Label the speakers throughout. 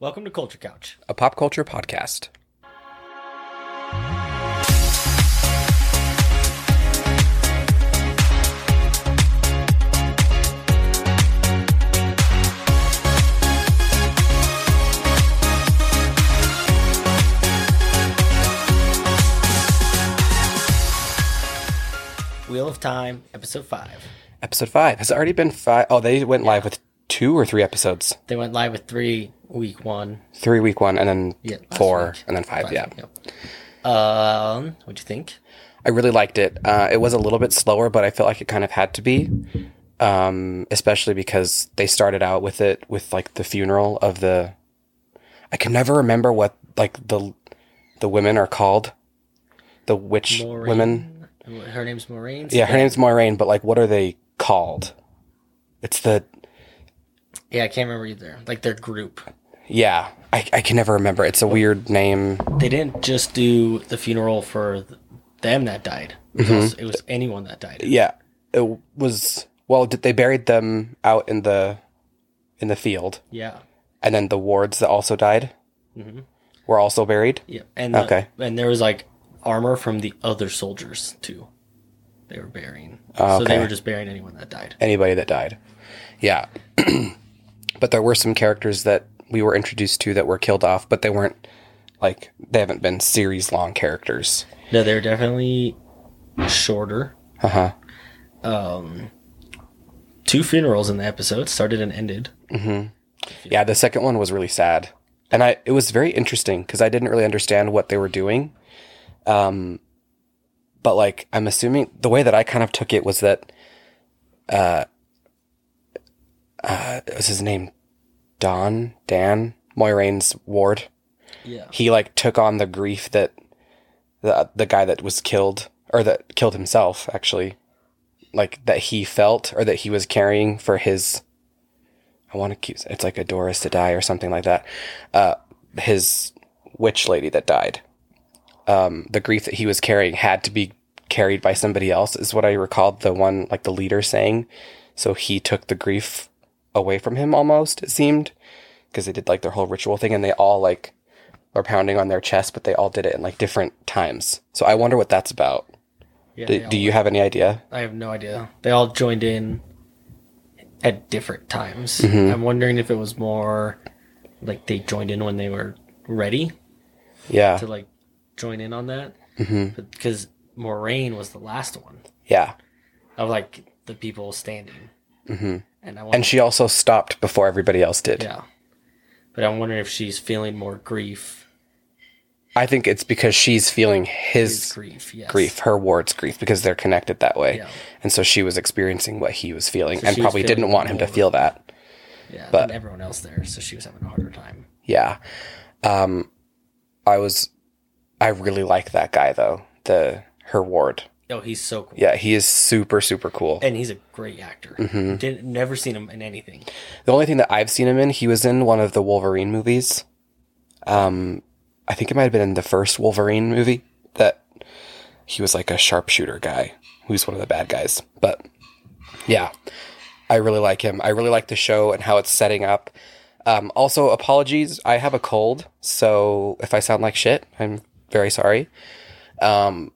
Speaker 1: Welcome to Culture Couch.
Speaker 2: a pop culture podcast.
Speaker 1: Wheel of Time, episode five.
Speaker 2: Episode five has it already been five. Oh, they went live with two or three episodes.
Speaker 1: They went live with three week one.
Speaker 2: Three week one, and then
Speaker 1: Yeah, last
Speaker 2: four,
Speaker 1: week.
Speaker 2: and then five.
Speaker 1: Last
Speaker 2: yeah,
Speaker 1: week, yep. Um, what'd you think?
Speaker 2: I really liked it. Uh, it was a little bit slower, but I felt like it kind of had to be, um, especially because they started out with it with like the funeral of the. I can never remember what like the the women are called, the witch
Speaker 1: Maureen.
Speaker 2: women.
Speaker 1: Her name's Maureen.
Speaker 2: Yeah, her name's Moraine, but like, what are they called? It's the
Speaker 1: Yeah, I can't remember either. Like their group.
Speaker 2: yeah. I, I can never remember. It's a weird name.
Speaker 1: They didn't just do the funeral for th- them that died. It was, also- it was anyone that died.
Speaker 2: Mm-hmm. Yeah, it was. Well, did they buried them out in the in the field,
Speaker 1: Yeah.
Speaker 2: and then the wards that also died Mm-hmm. were also buried.
Speaker 1: Yeah. And the-
Speaker 2: Okay.
Speaker 1: And there was like armor from the other soldiers too. They were burying. So they
Speaker 2: Ah, Okay.
Speaker 1: were just burying anyone that died.
Speaker 2: Anybody that died, yeah. but there were some characters that we were introduced to that were killed off, but they weren't like they haven't been series long characters.
Speaker 1: No, they're definitely shorter. Um,
Speaker 2: Uh huh.
Speaker 1: Two funerals in the episode started and ended.
Speaker 2: Yeah, the second one was really sad, and I it was very interesting because I didn't really understand what they were doing. Um, but like I'm assuming the way that I kind of took it was that, uh, uh, was his name Don Dan Moiraine's ward.
Speaker 1: Yeah.
Speaker 2: He like took on the grief that the the guy that was killed or that killed himself actually, like that he felt or that he was carrying for his I want to keep. It's like a Doris to die or something like that. Uh, his witch lady that died. Um, the grief that he was carrying had to be carried by somebody else, is what I recalled. The one like the leader saying. So he took the grief away from him almost. It seemed because they did like their whole ritual thing, and they all like were pounding on their chest, but they all did it in like different times. So I wonder what that's about.
Speaker 1: Yeah,
Speaker 2: Do,
Speaker 1: they all-
Speaker 2: do you have any idea?
Speaker 1: I have no idea. They all joined in at different times. I'm wondering if it was more like they joined in when they were ready
Speaker 2: Yeah,
Speaker 1: to like join in on that. Mm-hmm. Because Moraine was the last one
Speaker 2: yeah.
Speaker 1: of like the people standing. Mm-hmm. And I wonder,
Speaker 2: And she also stopped before everybody else did.
Speaker 1: yeah. But I'm wondering if she's feeling more grief.
Speaker 2: I think it's because she's feeling
Speaker 1: His
Speaker 2: his
Speaker 1: grief. Yes.
Speaker 2: grief, her ward's grief, because they're connected that way.
Speaker 1: Yeah.
Speaker 2: And so she was experiencing what he was feeling
Speaker 1: she
Speaker 2: and
Speaker 1: was
Speaker 2: probably
Speaker 1: feeling
Speaker 2: didn't want him to
Speaker 1: more.
Speaker 2: feel that.
Speaker 1: Yeah.
Speaker 2: but-
Speaker 1: and everyone else there, so she was having a harder time.
Speaker 2: Yeah. Um, I was, I really like that guy though, the, her ward.
Speaker 1: Oh, he's so cool.
Speaker 2: Yeah. He is super, super cool.
Speaker 1: And he's a great actor.
Speaker 2: Mm-hmm.
Speaker 1: Didn't never seen him in anything.
Speaker 2: The only thing that I've seen him in, he was in one of the Wolverine movies. Um, I think it might have been in the first Wolverine movie that he was like a sharpshooter guy who's one of the bad guys. But yeah, I really like him. I really like the show and how it's setting up. Um, also, apologies. I have a cold, so if I sound like shit, I'm very sorry. Um,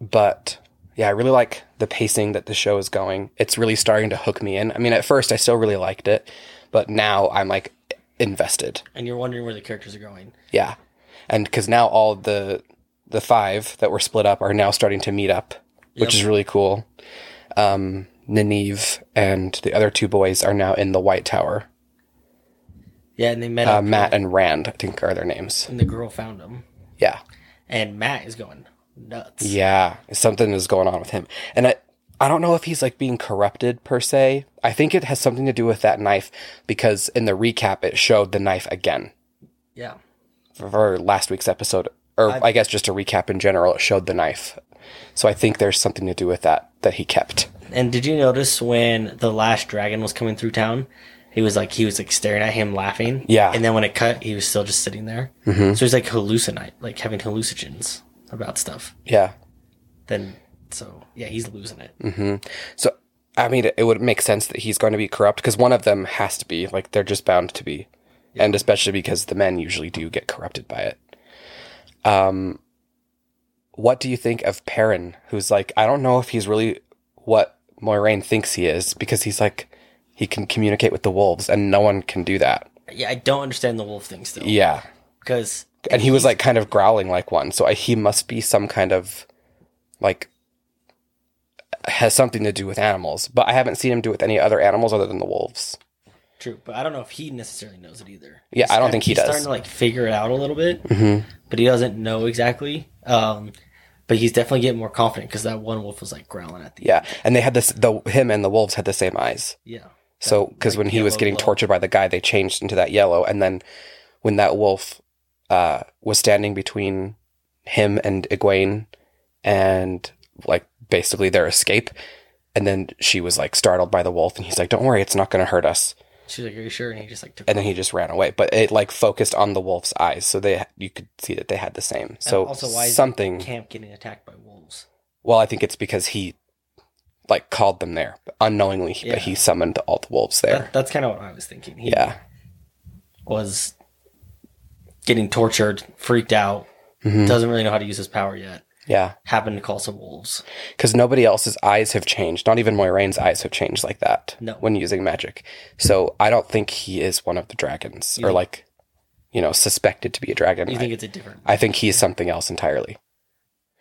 Speaker 2: but yeah, I really like the pacing that the show is going. It's really starting to hook me in. I mean, at first, I still really liked it, but now I'm like invested.
Speaker 1: and you're wondering where the characters are going.
Speaker 2: Yeah, and because now all the the five that were split up are now starting to meet up, which is really cool. Um, Nanive and the other two boys are now in the White Tower.
Speaker 1: Yeah, and they met
Speaker 2: Uh,
Speaker 1: up,
Speaker 2: Matt and Rand, I think, are their names.
Speaker 1: and the girl found him,
Speaker 2: Yeah,
Speaker 1: and Matt is going nuts.
Speaker 2: yeah, something is going on with him, and I I don't know if he's like being corrupted per se. I think it has something to do with that knife because in the recap it showed the knife again.
Speaker 1: Yeah,
Speaker 2: for last week's episode, or i guess just a recap in general, it showed the knife. So I think there's something to do with that that he kept.
Speaker 1: and did you notice when the last dragon was coming through town? He was like he was like staring at him, laughing.
Speaker 2: Yeah. Mm-hmm.
Speaker 1: and then when it cut, he was still just sitting there. So he's like hallucinate, like having hallucinogens about stuff.
Speaker 2: Yeah.
Speaker 1: Then so yeah, he's losing it.
Speaker 2: Mm. So I mean, it would make sense that he's going to be corrupt because one of them has to be like they're just bound to be. and especially because the men usually do get corrupted by it. Um, what do you think of Perrin, who's like, I don't know if he's really what Moiraine thinks he is, because he's like, he can communicate with the wolves, and no one can do that.
Speaker 1: Yeah, I don't understand the wolf thing still.
Speaker 2: Yeah,
Speaker 1: Because
Speaker 2: and he was like kind of growling like one, so I, he must be some kind of like has something to do with animals, but I haven't seen him do it with any other animals other than the wolves.
Speaker 1: true, but I don't know if he necessarily knows it either.
Speaker 2: Yeah, I don't think he
Speaker 1: he's
Speaker 2: does.
Speaker 1: Starting to like figure it out a little bit,
Speaker 2: Mhm.
Speaker 1: but he doesn't know exactly. Um, but he's definitely getting more confident because that one wolf was like growling at the
Speaker 2: Yeah, and they had this the him and the wolves had the same eyes.
Speaker 1: yeah.
Speaker 2: So, because
Speaker 1: like
Speaker 2: when he was
Speaker 1: yellow
Speaker 2: getting
Speaker 1: glow.
Speaker 2: tortured by the guy, they changed into that yellow, and then when that wolf uh, was standing between him and Egwene, and like basically their escape, and then she was like startled by the wolf, and he's like, "Don't worry, it's not going to hurt us,"
Speaker 1: She's like, "Are you sure?" And he just like took.
Speaker 2: and then he just ran away. But it like focused on the wolf's eyes, so they you could see that they had the same. So
Speaker 1: also, why is it
Speaker 2: something.
Speaker 1: camp getting attacked by wolves.
Speaker 2: Well, I think it's because he like called them there unknowingly,
Speaker 1: Yeah.
Speaker 2: but he summoned all the wolves there.
Speaker 1: That, that's kind of what I was thinking. He
Speaker 2: yeah.
Speaker 1: was getting tortured, freaked out,
Speaker 2: Mhm.
Speaker 1: doesn't really know how to use his power yet.
Speaker 2: Yeah.
Speaker 1: Happened to call some wolves.
Speaker 2: because nobody else's eyes have changed. Not even Moiraine's eyes have changed like that
Speaker 1: No.
Speaker 2: when using magic. So I don't think he is one of the dragons
Speaker 1: You
Speaker 2: or
Speaker 1: think-
Speaker 2: like, you know, suspected to be a dragon.
Speaker 1: You
Speaker 2: I,
Speaker 1: think it's a different?
Speaker 2: I think he's something else entirely.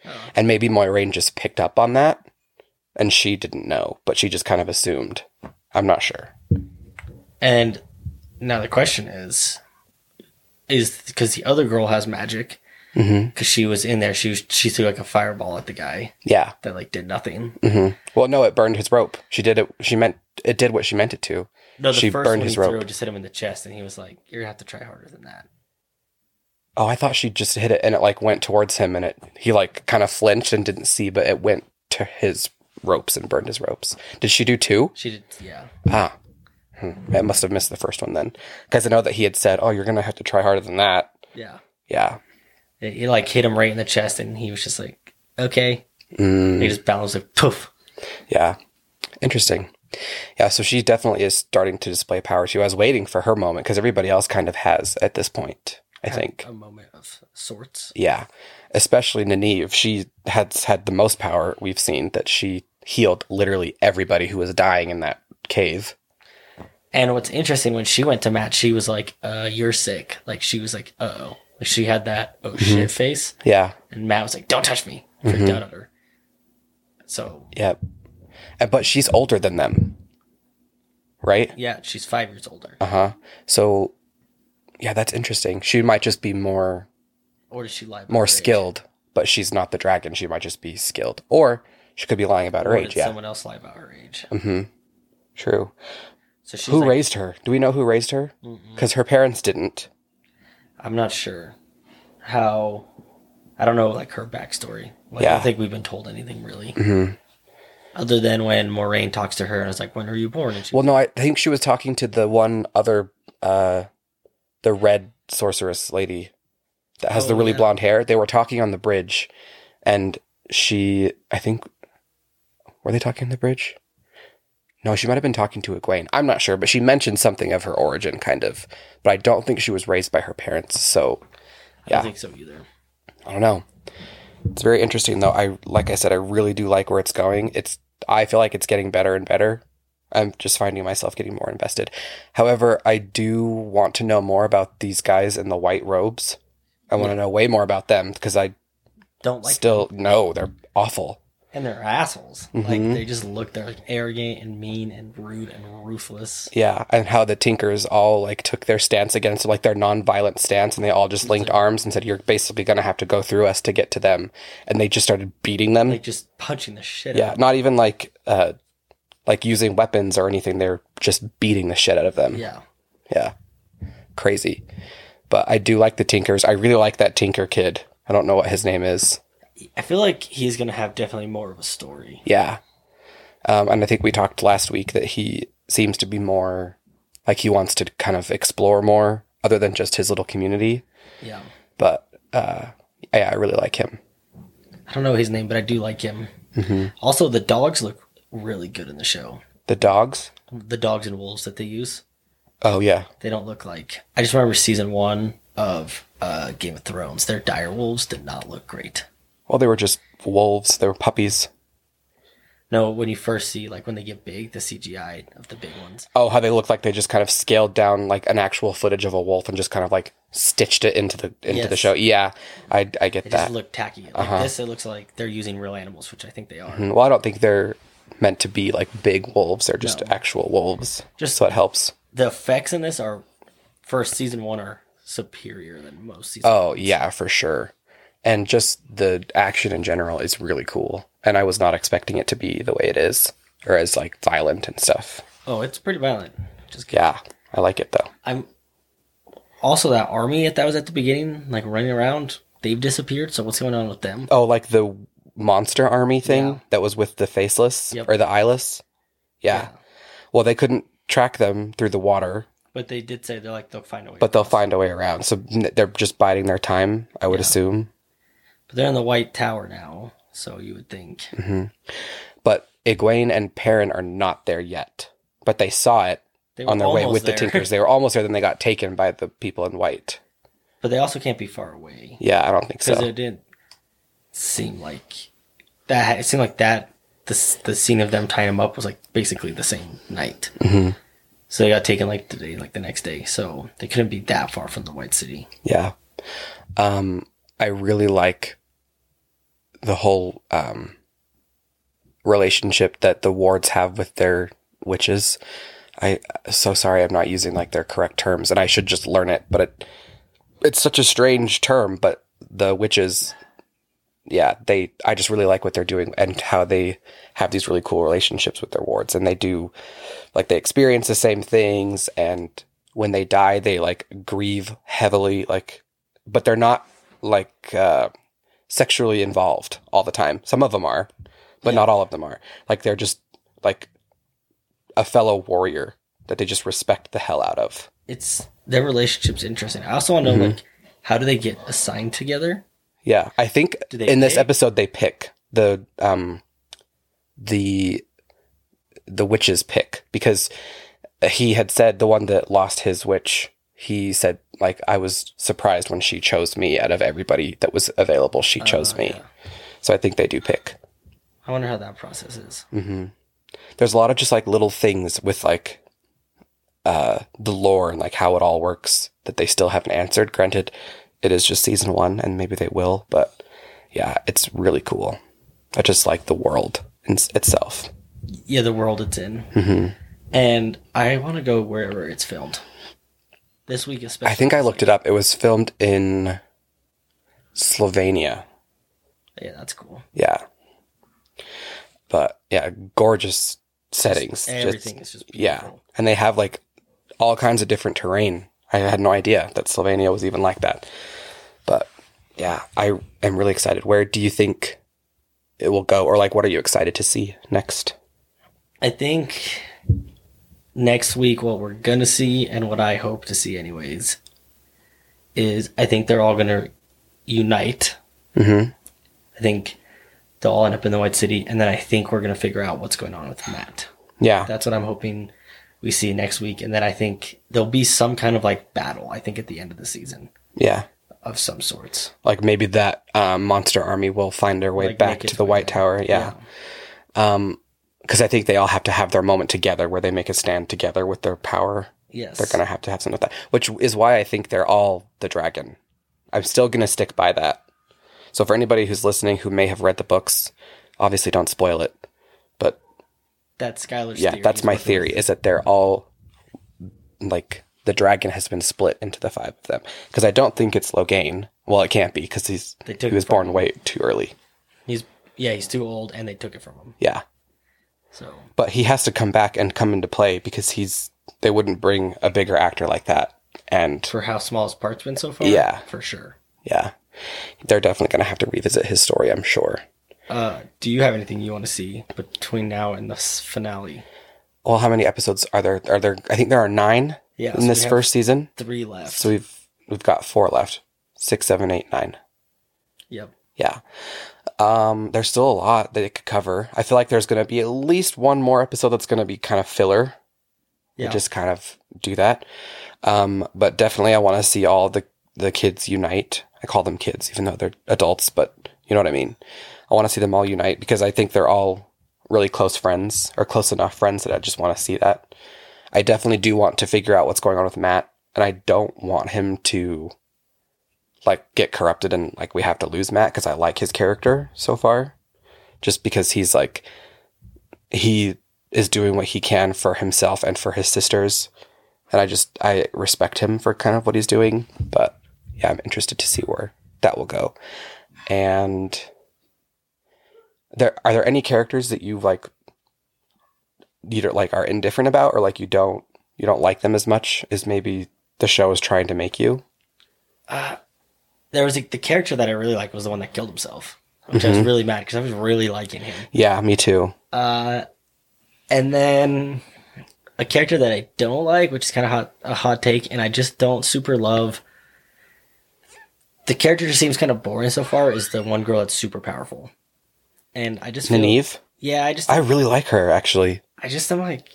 Speaker 1: Oh.
Speaker 2: And maybe Moiraine just picked up on that and she didn't know, but she just kind of assumed. I'm not sure.
Speaker 1: And now the question is, is because the other girl has magic
Speaker 2: Mm-hmm.
Speaker 1: because she was in there. She was, she threw like a fireball at the guy
Speaker 2: Yeah.
Speaker 1: that like did nothing.
Speaker 2: hmm Well, no, it burned his rope. She did it. She meant it did what she meant it to.
Speaker 1: No, the
Speaker 2: She
Speaker 1: first
Speaker 2: burned
Speaker 1: one
Speaker 2: his
Speaker 1: he threw
Speaker 2: rope.
Speaker 1: just hit him in the chest, and he was like, "You're gonna have to try harder than that."
Speaker 2: Oh, I thought she just hit it and it like went towards him and it he like kind of flinched and didn't see, but it went to his ropes and burned his ropes. Did she do two?
Speaker 1: She did, yeah.
Speaker 2: Ah. Hmm. I must have missed the first one then. Because I know that he had said, Oh, you're gonna have to try harder than that.
Speaker 1: Yeah.
Speaker 2: Yeah.
Speaker 1: It, it, like hit him right in the chest and he was just like, okay.
Speaker 2: Mm,
Speaker 1: And he just bounced like poof.
Speaker 2: yeah. Interesting. Yeah, so she definitely is starting to display power too. I was waiting for her moment because everybody else kind of has at this point, I
Speaker 1: Had
Speaker 2: think.
Speaker 1: A moment of sorts.
Speaker 2: Yeah, especially Nynaeve. She has had the most power we've seen that she healed literally everybody who was dying in that cave.
Speaker 1: And what's interesting when she went to Matt, she was like, uh, you're sick. Like she was like, uh oh. Like she had that oh
Speaker 2: Mm-hmm.
Speaker 1: shit face.
Speaker 2: Yeah,
Speaker 1: And Matt was like, Don't touch me. Freaked
Speaker 2: Mm-hmm.
Speaker 1: out at her. So
Speaker 2: yeah. And- But she's older than them, right?
Speaker 1: yeah, she's five years older.
Speaker 2: Uh huh. So, yeah, that's interesting. She might just be more
Speaker 1: Or does she lie about
Speaker 2: more
Speaker 1: her age?
Speaker 2: skilled, but she's not the dragon. She might just be skilled, or she could be lying about her
Speaker 1: Or
Speaker 2: age.
Speaker 1: did
Speaker 2: Yeah, Mm-hmm.
Speaker 1: someone else lie about her age?
Speaker 2: true.
Speaker 1: So she's
Speaker 2: Who
Speaker 1: like,
Speaker 2: raised her? Do we know who raised her? Because her parents didn't.
Speaker 1: I'm not sure how I don't know like her backstory. Like, I
Speaker 2: Yeah.
Speaker 1: don't think we've been told anything really. Other than when Moraine talks to her and is like, When were you born? And she
Speaker 2: Well, no, I think she was talking to the one other, uh, the red sorceress lady that has the
Speaker 1: Oh,
Speaker 2: really
Speaker 1: yeah.
Speaker 2: blonde hair. They were talking on the bridge, and she, I think, were they talking on the bridge? No, she might have been talking to Egwene. I'm not sure, but she mentioned something of her origin, kind of. But I don't think she was raised by her parents, so
Speaker 1: I
Speaker 2: yeah.
Speaker 1: don't think so either.
Speaker 2: I don't know. It's very interesting though. I like I said, I really do like where it's going. It's I feel like it's getting better and better. I'm just finding myself getting more invested. However, I do want to know more about these guys in the white robes. I want to know way more about them because I
Speaker 1: Don't like
Speaker 2: still know they're awful.
Speaker 1: and they're assholes. Like
Speaker 2: Mhm.
Speaker 1: they just look they're like, arrogant and mean and rude and ruthless.
Speaker 2: Yeah, and how the Tinkers all like took their stance against like their non-violent stance, and they all just linked arms and said, "You're basically gonna have to go through us to get to them," and they just started beating them.
Speaker 1: Like just punching the shit
Speaker 2: Yeah,
Speaker 1: out.
Speaker 2: not even like uh like using weapons or anything. They're just beating the shit out of them.
Speaker 1: Yeah.
Speaker 2: Yeah. Crazy. But I do like the Tinkers. I really like that Tinker kid. I don't know what his name is.
Speaker 1: I feel like he's gonna have definitely more of a story.
Speaker 2: Yeah. Um, and I think we talked last week that he seems to be more like he wants to kind of explore more other than just his little community.
Speaker 1: Yeah.
Speaker 2: But uh, yeah, I really like him.
Speaker 1: I don't know his name, but I do like him. Also the dogs look really good in the show.
Speaker 2: The dogs?
Speaker 1: The dogs and wolves that they use.
Speaker 2: Oh yeah.
Speaker 1: They don't look like. I just remember season one of uh, Game of Thrones. Their dire wolves did not look great.
Speaker 2: Well, they were just wolves. They were puppies.
Speaker 1: No, when you first see like when they get big, the CGI of the big ones.
Speaker 2: Oh, how they looked like they just kind of scaled down like an actual footage of a wolf and just kind of like stitched it into the into the
Speaker 1: Yes.
Speaker 2: show. Yeah, I I get
Speaker 1: It
Speaker 2: that. uh-huh.
Speaker 1: just looked tacky. Like this, it looks like they're using real animals, which I think they are.
Speaker 2: Mm, well, I don't think they're meant to be like big wolves. They're just
Speaker 1: No.
Speaker 2: actual wolves.
Speaker 1: Just-
Speaker 2: so it helps.
Speaker 1: The effects in this are first season one are superior than most season.
Speaker 2: Oh yeah, for sure. And just the action in general is really cool. And I was not expecting it to be the way it is, or as like violent and stuff.
Speaker 1: Oh, it's pretty violent. Just kidding.
Speaker 2: Yeah, I like it though.
Speaker 1: I'm also that army that was at the beginning, like running around. They've disappeared. So what's going on with them?
Speaker 2: Oh, like the monster army thing
Speaker 1: Yeah.
Speaker 2: that was with the faceless
Speaker 1: Yep.
Speaker 2: or the eyeless. Yeah. Well, they couldn't track them through the water,
Speaker 1: But they did say they're like they'll find a way.
Speaker 2: but they'll find a way around. So n- they're just biding their time, I would
Speaker 1: Yeah.
Speaker 2: assume.
Speaker 1: But they're in the White Tower now, so you would think.
Speaker 2: But Egwene and Perrin are not there yet. But they saw it
Speaker 1: They
Speaker 2: on their way
Speaker 1: almost
Speaker 2: with the
Speaker 1: there.
Speaker 2: Tinkers. They were almost there, then they got taken by the people in white.
Speaker 1: But they also can't be far away
Speaker 2: Yeah, I don't think so.
Speaker 1: because it didn't seem like that. It seemed like that the s- the scene of them tying them up was like basically the same night.
Speaker 2: Mm-hmm.
Speaker 1: So they got taken like today, like the next day. So they couldn't be that far from the White City.
Speaker 2: Yeah. Um, I really like the whole um, relationship that the wards have with their witches. I so sorry I'm not using like their correct terms, and I should just learn it. But it, it's such a strange term. But the witches, yeah, they. I just really like what they're doing and how they have these really cool relationships with their wards, and they do like they experience the same things and when they die they like grieve heavily like but they're not like uh sexually involved all the time some of them are but not all of them are like they're just like a fellow warrior that they just respect the hell out of
Speaker 1: It's their relationship's interesting. I also want to know
Speaker 2: Mm-hmm.
Speaker 1: like how do they get assigned together?
Speaker 2: yeah i think
Speaker 1: Do they
Speaker 2: in this
Speaker 1: pick?
Speaker 2: episode they pick the um the the witches pick because he had said the one that lost his witch he said like i was surprised when she chose me out of everybody that was available she chose
Speaker 1: Oh,
Speaker 2: me so i think they do pick
Speaker 1: I wonder how that process is.
Speaker 2: Mm-hmm. there's a lot of just like little things with like uh the lore and like how it all works that they still haven't answered granted it is just season one and maybe they will but yeah it's really cool i just like the world in- itself Mm-hmm.
Speaker 1: yeah, the world it's in. And I want to go wherever it's filmed. This week, especially.
Speaker 2: i think i looked it up it was filmed in slovenia
Speaker 1: Yeah, that's cool.
Speaker 2: yeah but yeah gorgeous settings Just-
Speaker 1: Everything is just
Speaker 2: yeah
Speaker 1: beautiful.
Speaker 2: and they have like all kinds of different terrain i had no idea that slovenia was even like that but yeah i am really excited where do you think it will go or like what are you excited to see next
Speaker 1: I think next week, what we're going to see and what I hope to see, anyways, is I think they're all going to unite.
Speaker 2: Mhm.
Speaker 1: I think they'll all end up in the White City. And then I think we're going to figure out what's going on with Matt.
Speaker 2: yeah
Speaker 1: That's what I'm hoping we see next week. And then I think there'll be some kind of like battle, I think, at the end of the season
Speaker 2: yeah
Speaker 1: of some sorts.
Speaker 2: like maybe that um, monster army will find their way
Speaker 1: Like,
Speaker 2: back
Speaker 1: make its
Speaker 2: to the
Speaker 1: way
Speaker 2: white
Speaker 1: back.
Speaker 2: tower yeah, um because i think they all have to have their moment together where they make a stand together with their power
Speaker 1: Yes.
Speaker 2: they're gonna have to have something with that, which is why I think they're all the dragon. I'm still gonna stick by that. So for anybody who's listening who may have read the books, obviously don't spoil it. But
Speaker 1: that's Skylar's
Speaker 2: yeah,
Speaker 1: theory.
Speaker 2: that's
Speaker 1: is
Speaker 2: my
Speaker 1: what the-
Speaker 2: theory is that they're all like the dragon has been split into the five of them because I don't think it's Loghain. Well, it can't be because he's
Speaker 1: They took
Speaker 2: he was
Speaker 1: it from
Speaker 2: born way too early.
Speaker 1: He's yeah, he's too old and they took it from him.
Speaker 2: Yeah,
Speaker 1: So
Speaker 2: but he has to come back and come into play because he's they wouldn't bring a bigger actor like that and
Speaker 1: for how small his part's been so far,
Speaker 2: Yeah.
Speaker 1: for sure.
Speaker 2: yeah, they're definitely going to have to revisit his story, I'm sure.
Speaker 1: Uh, do you have anything you want to see between now and the s- finale?
Speaker 2: Well, how many episodes are there? Are there? I think there are nine
Speaker 1: Yeah, so
Speaker 2: in
Speaker 1: we
Speaker 2: this
Speaker 1: have
Speaker 2: first season.
Speaker 1: three left.
Speaker 2: So we've we've got four left. Six, seven, eight, nine.
Speaker 1: yep.
Speaker 2: Yeah. Um, there's still a lot that it could cover. I feel like there's going to be at least one more episode that's going to be kind of filler.
Speaker 1: Yeah.
Speaker 2: They just kind of do that. Um, but definitely, I want to see all the the kids unite. I call them kids, even though they're adults, but you know what I mean. I want to see them all unite because I think they're all really close friends or close enough friends that I just want to see that. I definitely do want to figure out what's going on with Matt, and I don't want him to like get corrupted and like we have to lose Matt because I like his character so far, just because he's like he is doing what he can for himself and for his sisters, and I just I respect him for kind of what he's doing, but yeah, I'm interested to see where that will go, and there are there any characters that you like you don't like are indifferent about or like you don't you don't like them as much as maybe the show is trying to make you
Speaker 1: Uh, there was a, the character that I really liked was the one that killed himself, which
Speaker 2: Mm-hmm.
Speaker 1: I was really mad because I was really liking him.
Speaker 2: yeah me too
Speaker 1: Uh, and then a character that I don't like, which is kind of hot, a hot take, and I just don't super love. The character just seems kind of boring so far. Is the one girl that's super powerful, and I just feel,
Speaker 2: Nynaeve?
Speaker 1: yeah, I just
Speaker 2: i really like her actually
Speaker 1: I just am like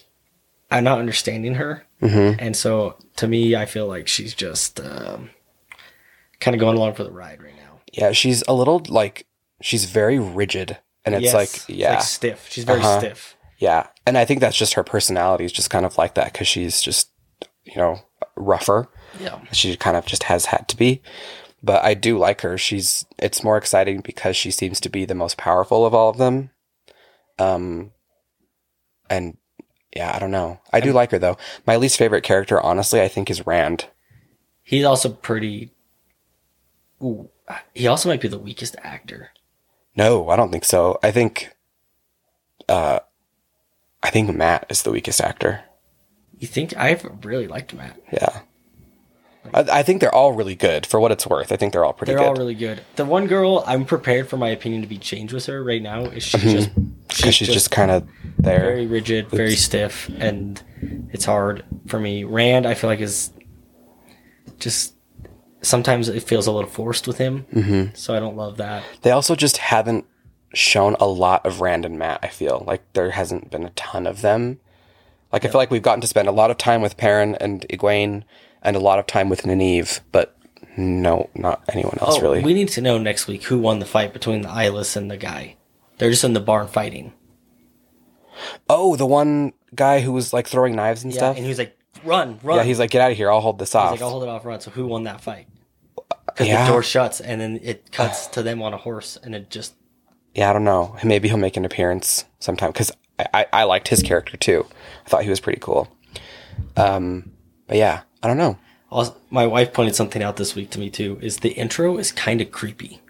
Speaker 1: I'm not understanding her,
Speaker 2: mm-hmm.
Speaker 1: and so to me, I feel like she's just um, kind of going along for the ride right now.
Speaker 2: yeah she's a little like she's very rigid and it's
Speaker 1: Yes.
Speaker 2: like yeah
Speaker 1: stiff. She's very
Speaker 2: Uh-huh.
Speaker 1: stiff.
Speaker 2: yeah and i think that's just her personality is just kind of like that because she's just you know rougher
Speaker 1: Yeah,
Speaker 2: she kind of just has had to be. But I do like her. She's it's more exciting because she seems to be the most powerful of all of them. Um and yeah, I don't know. I do like her though. My least favorite character honestly, I think is Rand.
Speaker 1: he's also pretty. Ooh, he also might be the weakest actor.
Speaker 2: No, I don't think so. I think uh I think Matt is the weakest actor.
Speaker 1: You think I've really liked Matt?
Speaker 2: Yeah. I, I think they're all really good for what it's worth. I think they're all pretty
Speaker 1: They're
Speaker 2: good.
Speaker 1: all really good. The one girl I'm prepared for my opinion to be changed with her right now is she's just
Speaker 2: 'Cause Mm-hmm. she's just, kind of there.
Speaker 1: very rigid, very stiff, and it's hard for me. Rand, I feel like is just sometimes it feels a little forced with him, mm-hmm. so I don't love that.
Speaker 2: They also just haven't shown a lot of Rand and Matt, I feel. Like there hasn't been a ton of them. Like I feel like we've gotten to spend a lot of time with Perrin and Egwene and a lot of time with Nynaeve, but no, not anyone else
Speaker 1: Oh,
Speaker 2: really.
Speaker 1: we need to know next week who won the fight between the eyeless and the guy. They're just in the barn fighting.
Speaker 2: oh, the one guy who was like throwing knives and
Speaker 1: Yeah,
Speaker 2: stuff.
Speaker 1: and he was like, "Run, run!"
Speaker 2: yeah, he's like, get out of here, I'll hold this off.
Speaker 1: He's like, I'll hold it off run. So who won that fight? Because
Speaker 2: Uh, Yeah.
Speaker 1: the door shuts and then it cuts to them on a horse and it just
Speaker 2: yeah, I don't know. Maybe he'll make an appearance sometime because I, I, I liked his character too. I thought he was pretty cool. Um, but yeah, I don't know.
Speaker 1: also, my wife pointed something out this week to me too, is the intro is kind of creepy.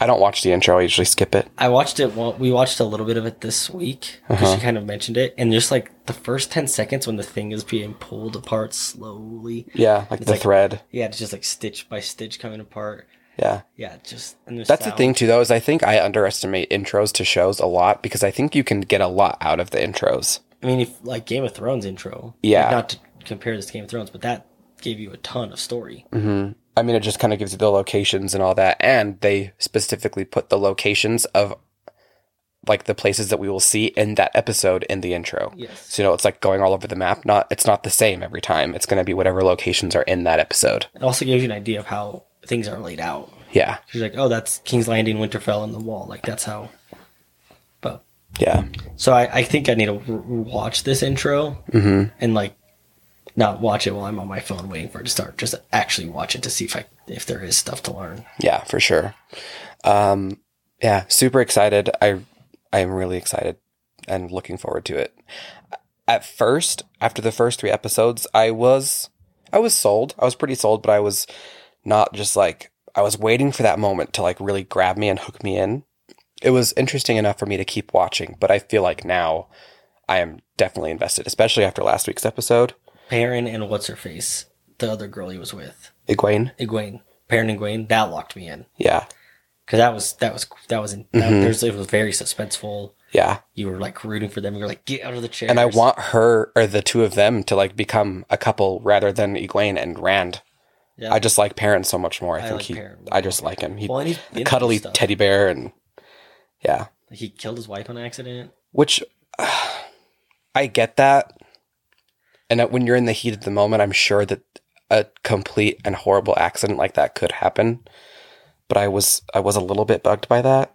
Speaker 2: I don't watch the intro. I usually skip it.
Speaker 1: I watched it well we watched a little bit of it this week because
Speaker 2: Uh-huh.
Speaker 1: she kind of mentioned it and just like the first ten seconds when the thing is being pulled apart slowly.
Speaker 2: Yeah, like the
Speaker 1: like-
Speaker 2: thread.
Speaker 1: Yeah, it's just like stitch by stitch coming apart.
Speaker 2: Yeah.
Speaker 1: Yeah, it's just and there's
Speaker 2: That's the
Speaker 1: sound.
Speaker 2: thing too, though, is I think I underestimate intros to shows a lot because I think you can get a lot out of the intros.
Speaker 1: I mean if like Game of Thrones intro.
Speaker 2: Yeah.
Speaker 1: Like, not to compare this to Game of Thrones, but that gave you a ton of story.
Speaker 2: Mm. I mean, it just kind of gives you the locations and all that, and they specifically put the locations of like the places that we will see in that episode in the intro.
Speaker 1: Yes.
Speaker 2: So you know, it's like going all over the map. Not it's not the same every time. It's going to be whatever locations are in that episode.
Speaker 1: It also gives you an idea of how things are laid out.
Speaker 2: Yeah,
Speaker 1: She's like, oh, that's King's Landing, Winterfell, and the Wall. Like that's how. But
Speaker 2: yeah,
Speaker 1: so I, I think I need to re- watch this intro
Speaker 2: Mm-hmm.
Speaker 1: and like not watch it while I'm on my phone waiting for it to start. Just actually watch it to see if I if there is stuff to learn.
Speaker 2: yeah, for sure. Um, yeah, super excited. I I am really excited and looking forward to it. At first, after the first three episodes, I was I was sold. I was pretty sold, but I was not just like I was waiting for that moment to like really grab me and hook me in. It was interesting enough for me to keep watching, but I feel like now I am definitely invested, especially after last week's episode.
Speaker 1: Perrin and what's her face, the other girl he was with,
Speaker 2: Egwene,
Speaker 1: Egwene. Perrin and Egwene, that locked me in
Speaker 2: yeah,
Speaker 1: because that was that was that was in, that,
Speaker 2: Mm-hmm.
Speaker 1: there's, it was very suspenseful.
Speaker 2: yeah,
Speaker 1: You were like rooting for them. You were like, get out of the chair.
Speaker 2: And I want her or the two of them to like become a couple rather than Egwene and Rand.
Speaker 1: Yeah.
Speaker 2: I just like Perrin so much more. I, think
Speaker 1: like
Speaker 2: he.
Speaker 1: Perrin.
Speaker 2: I just like him. He
Speaker 1: Well, and he's been through
Speaker 2: cuddly
Speaker 1: stuff.
Speaker 2: teddy bear and yeah,
Speaker 1: Like, he killed his wife on accident.
Speaker 2: which I get that. And that when you're in the heat of the moment, I'm sure that a complete and horrible accident like that could happen. But I was I was a little bit bugged by that.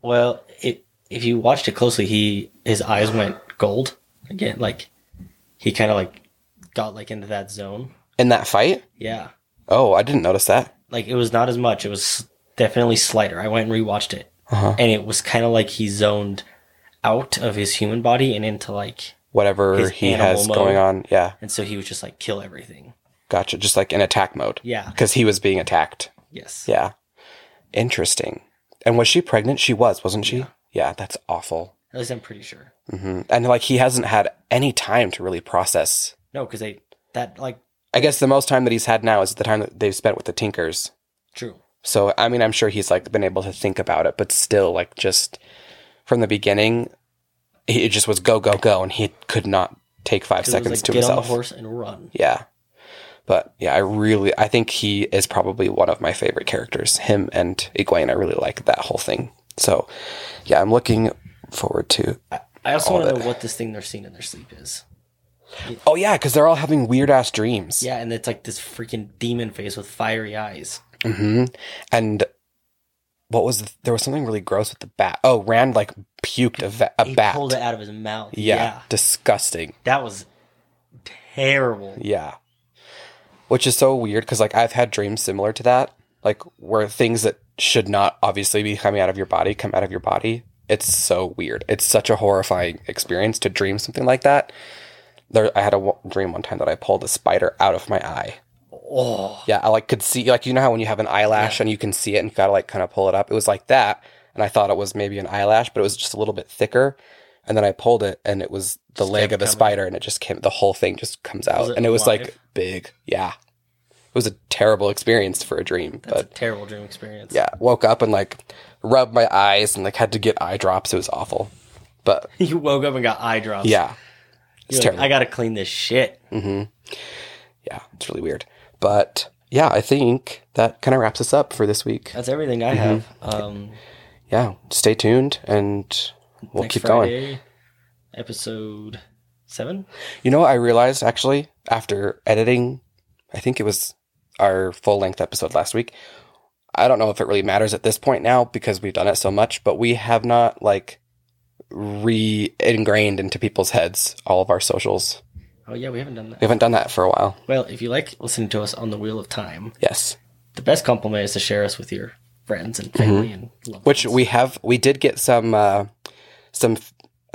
Speaker 1: Well, it, if you watched it closely, he his eyes went gold again. Like he kind of like got like into that zone.
Speaker 2: In that fight?
Speaker 1: Yeah,
Speaker 2: Oh, I didn't notice that.
Speaker 1: like it was not as much. It was definitely slighter. I went and rewatched it,
Speaker 2: Uh-huh.
Speaker 1: and it was kind of like he zoned out of his human body and into like,
Speaker 2: Whatever
Speaker 1: His
Speaker 2: he
Speaker 1: animal
Speaker 2: has
Speaker 1: mode.
Speaker 2: going on. Yeah.
Speaker 1: and so he was just like kill everything.
Speaker 2: Gotcha. Just like in attack mode.
Speaker 1: Yeah.
Speaker 2: Because he was being attacked.
Speaker 1: Yes.
Speaker 2: Yeah. Interesting. And was she pregnant? She was, wasn't she?
Speaker 1: Yeah.
Speaker 2: Yeah, that's awful.
Speaker 1: At least I'm pretty sure.
Speaker 2: hmm And like he hasn't had any time to really process.
Speaker 1: No, because they that like
Speaker 2: I guess the most time that he's had now is the time that they've spent with the Tinkers.
Speaker 1: true.
Speaker 2: So I mean, I'm sure he's like been able to think about it, but still, like just from the beginning, he it just was go go go, and he could not take five
Speaker 1: 'Cause it was,
Speaker 2: seconds
Speaker 1: like,
Speaker 2: to
Speaker 1: get on
Speaker 2: himself.
Speaker 1: the horse and run.
Speaker 2: Yeah. But yeah, I really I think he is probably one of my favorite characters. Him and Egwene, I really like that whole thing. So yeah, I'm looking forward to
Speaker 1: I also
Speaker 2: All
Speaker 1: want to
Speaker 2: of
Speaker 1: know what this thing they're seeing in their sleep is.
Speaker 2: Oh yeah, because they're all having weird ass dreams.
Speaker 1: Yeah, and it's like this freaking demon face with fiery eyes.
Speaker 2: hmm And what was the, there was something really gross with the bat. Oh, Rand like puked a, va- a
Speaker 1: He
Speaker 2: bat.
Speaker 1: pulled it out of his mouth.
Speaker 2: yeah,
Speaker 1: Yeah.
Speaker 2: disgusting.
Speaker 1: That was terrible.
Speaker 2: Yeah. Which is so weird because, like, I've had dreams similar to that, like, where things that should not obviously be coming out of your body come out of your body. It's so weird. It's such a horrifying experience to dream something like that. There, I had a w- dream one time that I pulled a spider out of my eye.
Speaker 1: Oh.
Speaker 2: Yeah, I like could see, like, you know how when you have an eyelash and you can see it and you gotta like kind of pull it up. It was like that, and I thought it was maybe an eyelash, but it was just a little bit thicker. And then I pulled it, and it was the
Speaker 1: Just
Speaker 2: leg
Speaker 1: kept
Speaker 2: of a
Speaker 1: coming.
Speaker 2: spider, and it just came. The whole thing just comes out,
Speaker 1: it
Speaker 2: and it was like
Speaker 1: alive?
Speaker 2: big. Yeah, it was a terrible experience for a dream,
Speaker 1: That's
Speaker 2: but
Speaker 1: a terrible dream experience.
Speaker 2: yeah, woke up and like rubbed my eyes and like had to get eye drops. It was awful, but
Speaker 1: you woke up and got eye drops.
Speaker 2: yeah,
Speaker 1: You're
Speaker 2: it's
Speaker 1: like,
Speaker 2: terrible.
Speaker 1: I gotta clean this shit.
Speaker 2: yeah, it's really weird, but yeah, I think that kind of wraps us up for this week.
Speaker 1: That's everything
Speaker 2: Mm-hmm.
Speaker 1: I have. Um,
Speaker 2: yeah, stay tuned and we'll
Speaker 1: next
Speaker 2: keep going.
Speaker 1: Friday, Episode seven.
Speaker 2: You know what I realized actually after editing, I think it was our full length episode last week. I don't know if it really matters at this point now because we've done it so much, but we have not like re ingrained into people's heads all of our socials.
Speaker 1: Oh yeah, we haven't done that.
Speaker 2: We haven't done that for a while.
Speaker 1: Well, if you like listening to us on the Wheel of Time,
Speaker 2: Yes.
Speaker 1: the best compliment is to share us with your friends and family and loved
Speaker 2: Mm-hmm. Which
Speaker 1: ones.
Speaker 2: we have we did get some uh some f-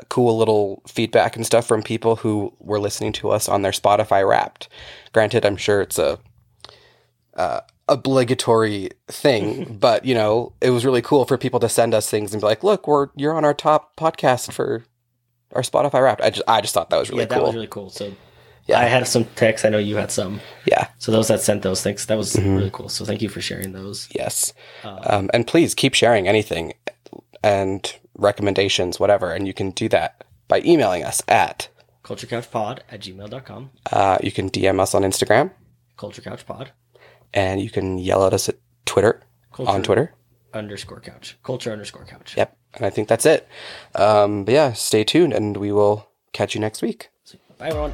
Speaker 2: cool little feedback and stuff from people who were listening to us on their Spotify Wrapped. Granted, I'm sure it's a uh, obligatory thing, but you know, it was really cool for people to send us things and be like, "Look, we're you're on our top podcast for our Spotify Wrapped." I just I just thought that was really
Speaker 1: yeah, that
Speaker 2: cool.
Speaker 1: was really cool. So
Speaker 2: Yeah.
Speaker 1: I had some texts. I know you had some.
Speaker 2: yeah.
Speaker 1: So those that sent those things, that was
Speaker 2: Mm-hmm.
Speaker 1: really cool. So thank you for sharing those.
Speaker 2: Yes.
Speaker 1: Uh,
Speaker 2: Um, and please keep sharing anything and recommendations, whatever. And you can do that by emailing us at
Speaker 1: culturecouchpod at gmail.com.
Speaker 2: Uh, you can DM us on Instagram,
Speaker 1: Culturecouchpod.
Speaker 2: and you can yell at us at Twitter
Speaker 1: Culture
Speaker 2: on Twitter.
Speaker 1: underscore couch. Culture underscore couch.
Speaker 2: Yep, and I think that's it. Um, but yeah, stay tuned, and we will catch you next week.
Speaker 1: So, bye, everyone.